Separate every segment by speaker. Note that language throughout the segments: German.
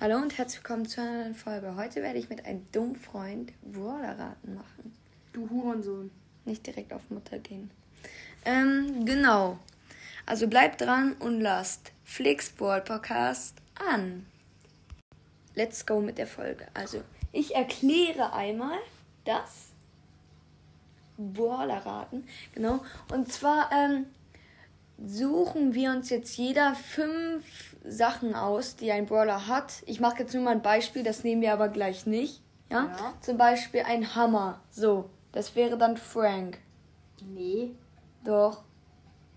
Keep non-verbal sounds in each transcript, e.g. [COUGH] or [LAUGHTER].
Speaker 1: Hallo und herzlich willkommen zu einer neuen Folge. Heute werde ich mit einem dummen Freund Wurderraten machen.
Speaker 2: Du Hurensohn.
Speaker 1: Nicht direkt auf Mutter gehen. Ähm, genau. Also bleibt dran und lasst Flixboard Podcast an. Let's go mit der Folge. Also, ich erkläre einmal das Wurderraten. Genau. Und zwar, ähm, suchen wir uns jetzt jeder fünf Sachen aus, die ein Brawler hat. Ich mache jetzt nur mal ein Beispiel, das nehmen wir aber gleich nicht. Ja?
Speaker 2: Ja.
Speaker 1: Zum Beispiel ein Hammer. So, das wäre dann Frank.
Speaker 2: Nee,
Speaker 1: Doch,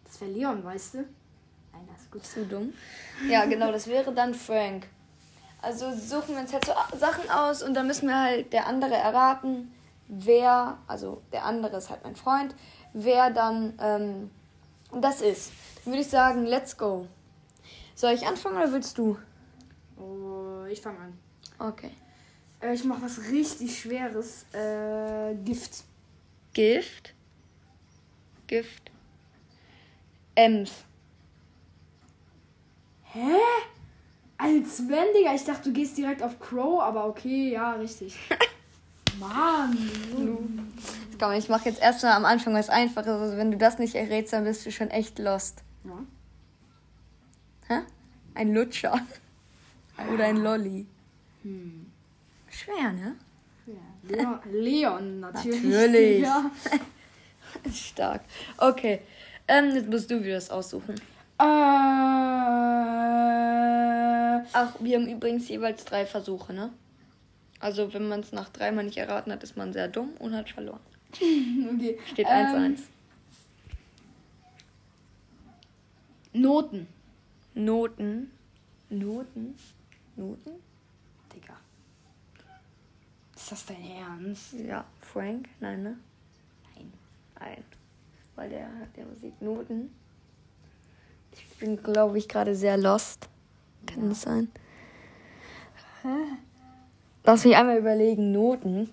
Speaker 2: das wäre Leon, weißt du? Nein, das ist gut.
Speaker 1: zu dumm. Ja, genau, das wäre dann Frank. Also suchen wir uns halt so Sachen aus und dann müssen wir halt der andere erraten, wer, also der andere ist halt mein Freund, wer dann ähm, das ist. Dann würde ich sagen, let's go. Soll ich anfangen oder willst du?
Speaker 2: Oh, ich fange an.
Speaker 1: Okay.
Speaker 2: Äh, ich mache was richtig Schweres. Äh, Gift.
Speaker 1: Gift. Gift. Ems.
Speaker 2: Hä? Als wenn, Digga. Ich dachte, du gehst direkt auf Crow, aber okay, ja, richtig. [LAUGHS] Mann.
Speaker 1: Komm, ich mache jetzt erstmal am Anfang was Einfaches. Also wenn du das nicht errätst, dann bist du schon echt lost.
Speaker 2: Ja.
Speaker 1: Hä? Ein Lutscher. [LAUGHS] Oder ein Lolli. Hm. Schwer, ne?
Speaker 2: Ja. Leon, Leon natürlich.
Speaker 1: Natürlich.
Speaker 2: [LAUGHS] Ja.
Speaker 1: [LAUGHS] Stark. Okay. Ähm, jetzt musst du wieder das aussuchen.
Speaker 2: Äh,
Speaker 1: Ach, wir haben übrigens jeweils drei Versuche, ne? Also, wenn man es nach dreimal nicht erraten hat, ist man sehr dumm und hat verloren.
Speaker 2: okay.
Speaker 1: Steht
Speaker 2: Ähm,
Speaker 1: 1-1.
Speaker 2: Noten.
Speaker 1: Noten. Noten. Noten?
Speaker 2: Digga. Ist das dein Ernst?
Speaker 1: Ja, Frank? Nein, ne?
Speaker 2: Nein.
Speaker 1: Nein. Weil der hat ja Musik Noten. Ich bin, glaube ich, gerade sehr lost. Kann das sein? Lass mich einmal überlegen. Noten?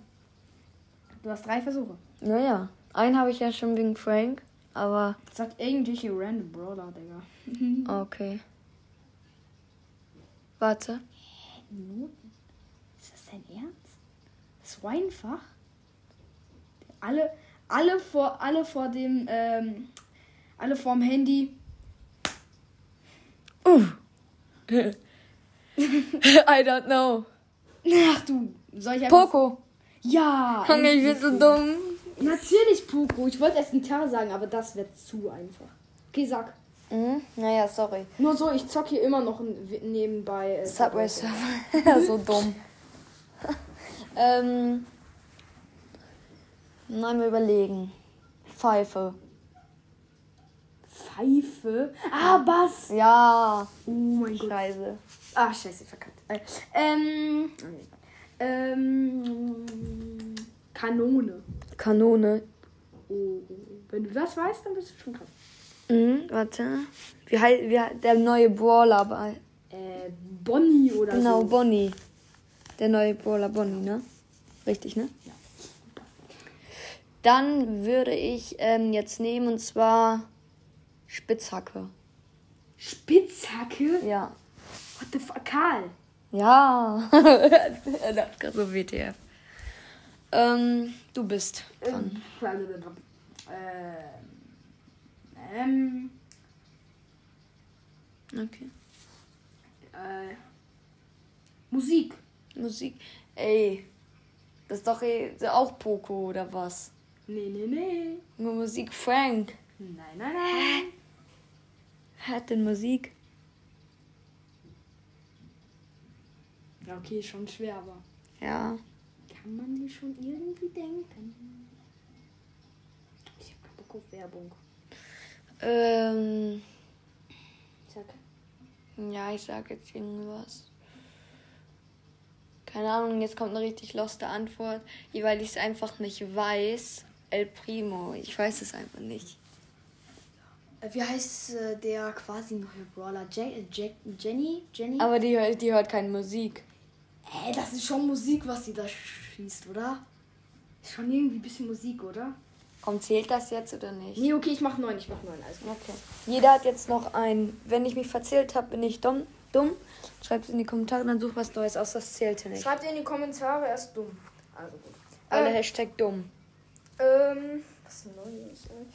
Speaker 2: Du hast drei Versuche.
Speaker 1: Naja, einen habe ich ja schon wegen Frank, aber
Speaker 2: Sag irgendwelche random Brawler,
Speaker 1: [LAUGHS]
Speaker 2: Digga.
Speaker 1: okay. Warte. [LAUGHS]
Speaker 2: Noten? Ist das dein Ernst? So einfach? Alle, alle vor, alle vor dem, ähm, alle vorm Handy. [LAUGHS]
Speaker 1: Uh. I don't know.
Speaker 2: Ach du, soll ich einfach...
Speaker 1: Poco.
Speaker 2: Ja!
Speaker 1: Junge, ich bin so dumm.
Speaker 2: Natürlich Poco. Ich wollte erst Gitarre sagen, aber das wird zu einfach. Okay, sag.
Speaker 1: Mhm. Naja, sorry.
Speaker 2: Nur so, ich zock hier immer noch n- nebenbei. Äh,
Speaker 1: Subway Surfer. [LAUGHS] so dumm. ähm. Nein, wir überlegen. Pfeife.
Speaker 2: Pfeife. Ah, Bass.
Speaker 1: Ja.
Speaker 2: Oh mein Gott.
Speaker 1: Scheiße.
Speaker 2: Ah, scheiße, verkackt. Äh, Ähm, ähm, Kanone.
Speaker 1: Kanone.
Speaker 2: Oh, wenn du das weißt, dann bist du schon krass.
Speaker 1: Mhm, warte. Wie heißt wie, hei- der neue Brawler? bei-
Speaker 2: Äh, Bonnie oder
Speaker 1: Genau,
Speaker 2: so.
Speaker 1: Bonnie. Der neue Brawler Bonnie, ne? Richtig, ne?
Speaker 2: Ja.
Speaker 1: Dann würde ich ähm, jetzt nehmen und zwar Spitzhacke.
Speaker 2: Spitzhacke?
Speaker 1: Ja.
Speaker 2: What the fuck? Karl.
Speaker 1: Ja. [LAUGHS] er dachte gerade so WTF. Ähm, du bist dran.
Speaker 2: Ähm, äh, ähm,
Speaker 1: Ähm, Okay.
Speaker 2: äh, Musik.
Speaker 1: Musik. Ey. Das ist doch eh, auch Poco oder was?
Speaker 2: Nee, nee, nee.
Speaker 1: Nur Musik Frank.
Speaker 2: Nein, nein, nein.
Speaker 1: Wer hat denn Musik?
Speaker 2: Ja, okay, schon schwer, aber
Speaker 1: Ja.
Speaker 2: kann man die schon irgendwie denken? Ich hab keinen Bock auf Werbung.
Speaker 1: Ähm.
Speaker 2: Zack.
Speaker 1: Ja, ich sag jetzt irgendwas. Keine Ahnung, jetzt kommt eine richtig loste Antwort, weil ich es einfach nicht weiß. El Primo. Ich weiß es einfach nicht.
Speaker 2: Wie heißt äh, der quasi neue Brawler? Je äh, Je Jenny? Jenny?
Speaker 1: Aber die, hört- die hört keine Musik.
Speaker 2: Ey, das ist schon Musik, was sie da schießt, oder? Ist schon irgendwie ein bisschen Musik, oder?
Speaker 1: Komm, zählt das jetzt oder nicht?
Speaker 2: Nee, okay, ich mach neun, ich mach neun. Also.
Speaker 1: Okay. Jeder hat jetzt noch ein. Wenn ich mich verzählt habe, bin ich dumm. dumm. Schreibt es in die Kommentare, dann such was Neues aus. Das zählt hier nicht.
Speaker 2: Schreibt in die Kommentare, er ist dumm. Also gut.
Speaker 1: Alle
Speaker 2: Ähm.
Speaker 1: Hashtag dumm.
Speaker 2: Ähm, was Neues? ey?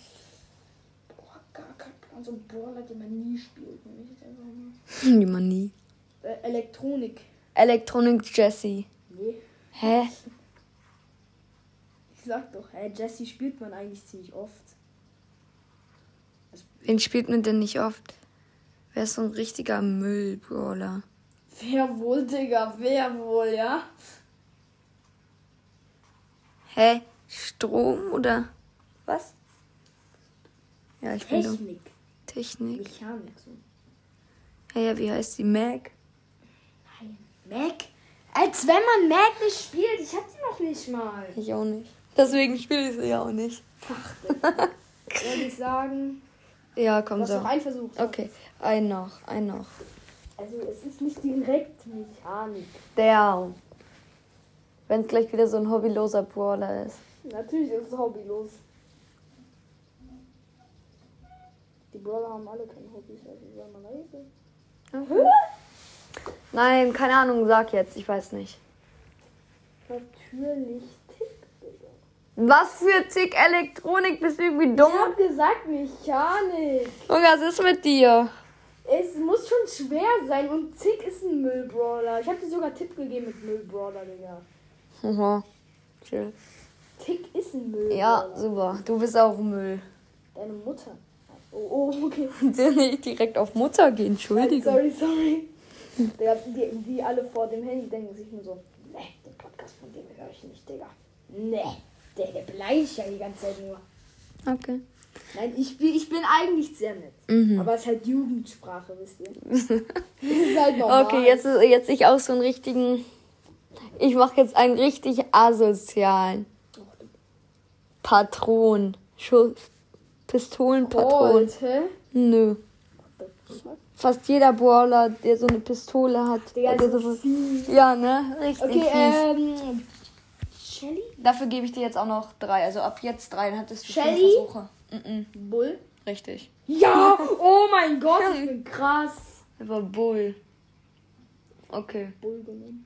Speaker 2: Boah, gar kein Plan. So ein Brawler, den man nie spielt. nehme ich jetzt einfach mal. ne?
Speaker 1: Hm, Die Manie.
Speaker 2: Äh, Elektronik.
Speaker 1: Electronic Jessie.
Speaker 2: Nee.
Speaker 1: Hä?
Speaker 2: Ich sag doch, hey, Jesse spielt man eigentlich ziemlich oft.
Speaker 1: Wen spielt man denn nicht oft? Wer ist so ein richtiger Müllbrawler?
Speaker 2: Wer wohl, Digga? Wer wohl, ja?
Speaker 1: Hä? Strom oder was? Ja, ich bin dumm.
Speaker 2: Technik.
Speaker 1: Technik.
Speaker 2: Mechanik. So.
Speaker 1: Ja, ja, wie heißt die? Mac?
Speaker 2: Nein. Mac? Als wenn man Mac nicht spielt. Ich hab die noch nicht mal.
Speaker 1: Ich auch nicht. Deswegen spiele ich sie ja auch nicht.
Speaker 2: Würde ich sagen.
Speaker 1: Ja,
Speaker 2: Du
Speaker 1: komm
Speaker 2: hast
Speaker 1: so.
Speaker 2: noch einen Versuch.
Speaker 1: Okay, ein noch, ein noch.
Speaker 2: Also, es ist nicht direkt Mechanik.
Speaker 1: Der. Wenn es gleich wieder so ein hobbyloser Brawler ist.
Speaker 2: Natürlich ist es hobbylos. Die Brawler haben alle keine Hobbys, also soll man leise.
Speaker 1: Nein, keine Ahnung, sag jetzt, ich weiß nicht.
Speaker 2: Natürlich Tick, Digga.
Speaker 1: Was für zig Elektronik, bist du irgendwie dumm?
Speaker 2: Ich hab gesagt Mechanik.
Speaker 1: Junge, was ist mit dir?
Speaker 2: Es muss schon schwer sein und Tick ist ein Müllbrawler. Ich hab dir sogar Tipp gegeben mit Müllbrawler, Digga.
Speaker 1: Oha. Chill.
Speaker 2: Tick ist ein Müllbrawler.
Speaker 1: Ja, super. Du bist auch Müll. [LAUGHS]
Speaker 2: Deine Mutter. Oh, oh okay.
Speaker 1: Nicht direkt auf Mutter gehen, Entschuldigung.
Speaker 2: Sorry, sorry. Digga, die, die alle vor dem Handy denken sich nur so, ne, den Podcast von dem höre ich nicht, Digga. Ne, der, der beleidigt ja die ganze Zeit nur.
Speaker 1: Okay.
Speaker 2: Nein, ich bin, ich bin eigentlich sehr nett.
Speaker 1: Mhm.
Speaker 2: Aber es ist halt Jugendsprache,
Speaker 1: [LAUGHS]
Speaker 2: wisst ihr. das ist halt normal.
Speaker 1: Okay, jetzt, ist- jetzt ich auch so einen richtigen. Ich mache jetzt einen richtig asozialen. Patron. Schuss. Pistolenpatron.
Speaker 2: Gold, hä?
Speaker 1: Nö. Fast jeder Brawler, der so eine Pistole hat.
Speaker 2: Digga,
Speaker 1: also
Speaker 2: so
Speaker 1: sowas-
Speaker 2: fies.
Speaker 1: ja, ne? Richtig
Speaker 2: Okay,
Speaker 1: fies.
Speaker 2: ähm, Shelly?
Speaker 1: Dafür gebe ich dir jetzt auch noch drei. Also ab jetzt drei, dann hattest du
Speaker 2: Shelly?
Speaker 1: fünf Versuche. Mhm.
Speaker 2: Bull?
Speaker 1: Richtig.
Speaker 2: Ja! Oh mein Gott, ich bin krass.
Speaker 1: Aber Bull. Okay.
Speaker 2: Bull genommen.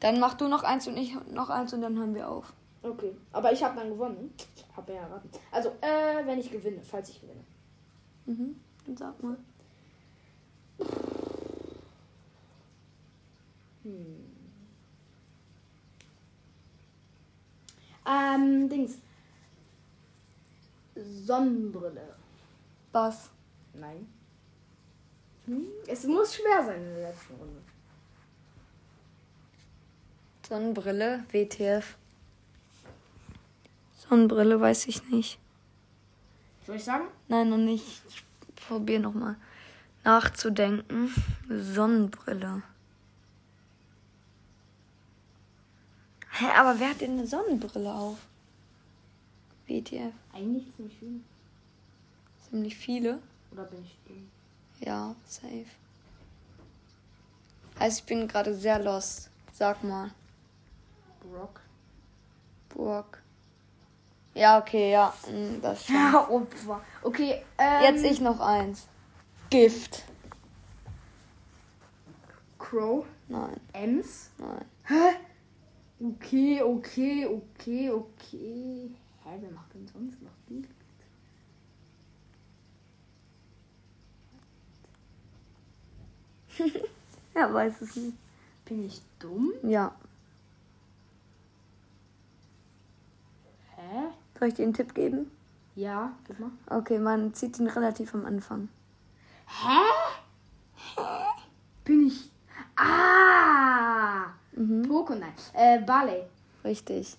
Speaker 1: Dann mach du noch eins und ich noch eins und dann hören wir auf.
Speaker 2: Okay, aber ich habe dann gewonnen. Hab ja erraten. Also, äh, wenn ich gewinne, falls ich gewinne.
Speaker 1: Mhm. Dann sag mal.
Speaker 2: Ähm, Dings. Sonnenbrille.
Speaker 1: Was?
Speaker 2: Nein. Hm? Es muss schwer sein in der letzten Runde.
Speaker 1: Sonnenbrille, WTF. Sonnenbrille weiß ich nicht.
Speaker 2: Soll ich sagen?
Speaker 1: Nein, noch nicht. Ich probiere nochmal nachzudenken. Sonnenbrille. Hä, aber wer hat denn eine Sonnenbrille auf? WTF.
Speaker 2: Eigentlich ziemlich viel.
Speaker 1: Ziemlich viele.
Speaker 2: Oder bin ich dumm?
Speaker 1: Ja, safe. Heißt, ich bin gerade sehr lost. Sag mal.
Speaker 2: Brock.
Speaker 1: Burg. Ja, okay, ja. mm, Das stimmt.
Speaker 2: [LAUGHS] Ja, Opfer. Okay, ähm.
Speaker 1: Jetzt ich noch eins. Gift.
Speaker 2: Crow.
Speaker 1: Nein,
Speaker 2: Ems.
Speaker 1: nein.
Speaker 2: Okay, okay, okay, okay. Hä, wer macht denn sonst noch Bild?
Speaker 1: Ja, weiß es nicht.
Speaker 2: Bin ich dumm?
Speaker 1: Ja.
Speaker 2: Hä?
Speaker 1: Soll ich dir einen Tipp geben?
Speaker 2: Ja, gib mal.
Speaker 1: Okay, man zieht ihn relativ am Anfang.
Speaker 2: Hä? Bin ich. Ah!
Speaker 1: Mhm.
Speaker 2: Poco, nein. Äh, Ballet.
Speaker 1: Richtig.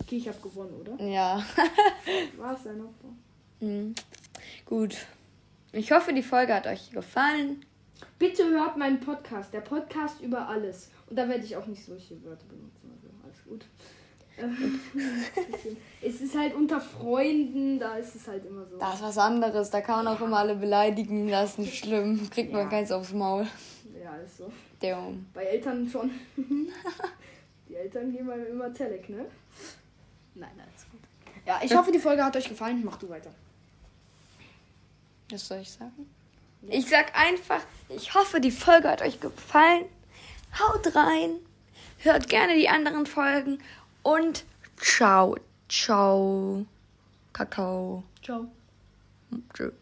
Speaker 2: Okay, ich hab gewonnen, oder?
Speaker 1: Ja. [LAUGHS]
Speaker 2: War's dein Opfer?
Speaker 1: Hm. Gut. Ich hoffe, die Folge hat euch gefallen.
Speaker 2: Bitte hört meinen Podcast, der Podcast über alles. Und da werde ich auch nicht solche Wörter benutzen. Also alles [LAUGHS] gut. Ähm, es ist halt unter Freunden, da ist es halt immer so.
Speaker 1: Das ist was anderes. Da kann man auch immer alle beleidigen. Das ist nicht schlimm. Kriegt man
Speaker 2: Ja.
Speaker 1: keins aufs Maul.
Speaker 2: Ja, ist so.
Speaker 1: Damn.
Speaker 2: Bei Eltern schon. [LAUGHS] Die Eltern geben einem immer Telek, ne? Nein, alles gut. Äh. Ja, ich hoffe, die Folge hat euch gefallen. Mach du weiter.
Speaker 1: Was soll ich sagen?
Speaker 2: Ja.
Speaker 1: Ich sag einfach, Ich hoffe, die Folge hat euch gefallen. Haut rein. Hört gerne die anderen Folgen. Und ciao. Ciao. Kakao.
Speaker 2: Ciao.
Speaker 1: Tschüss.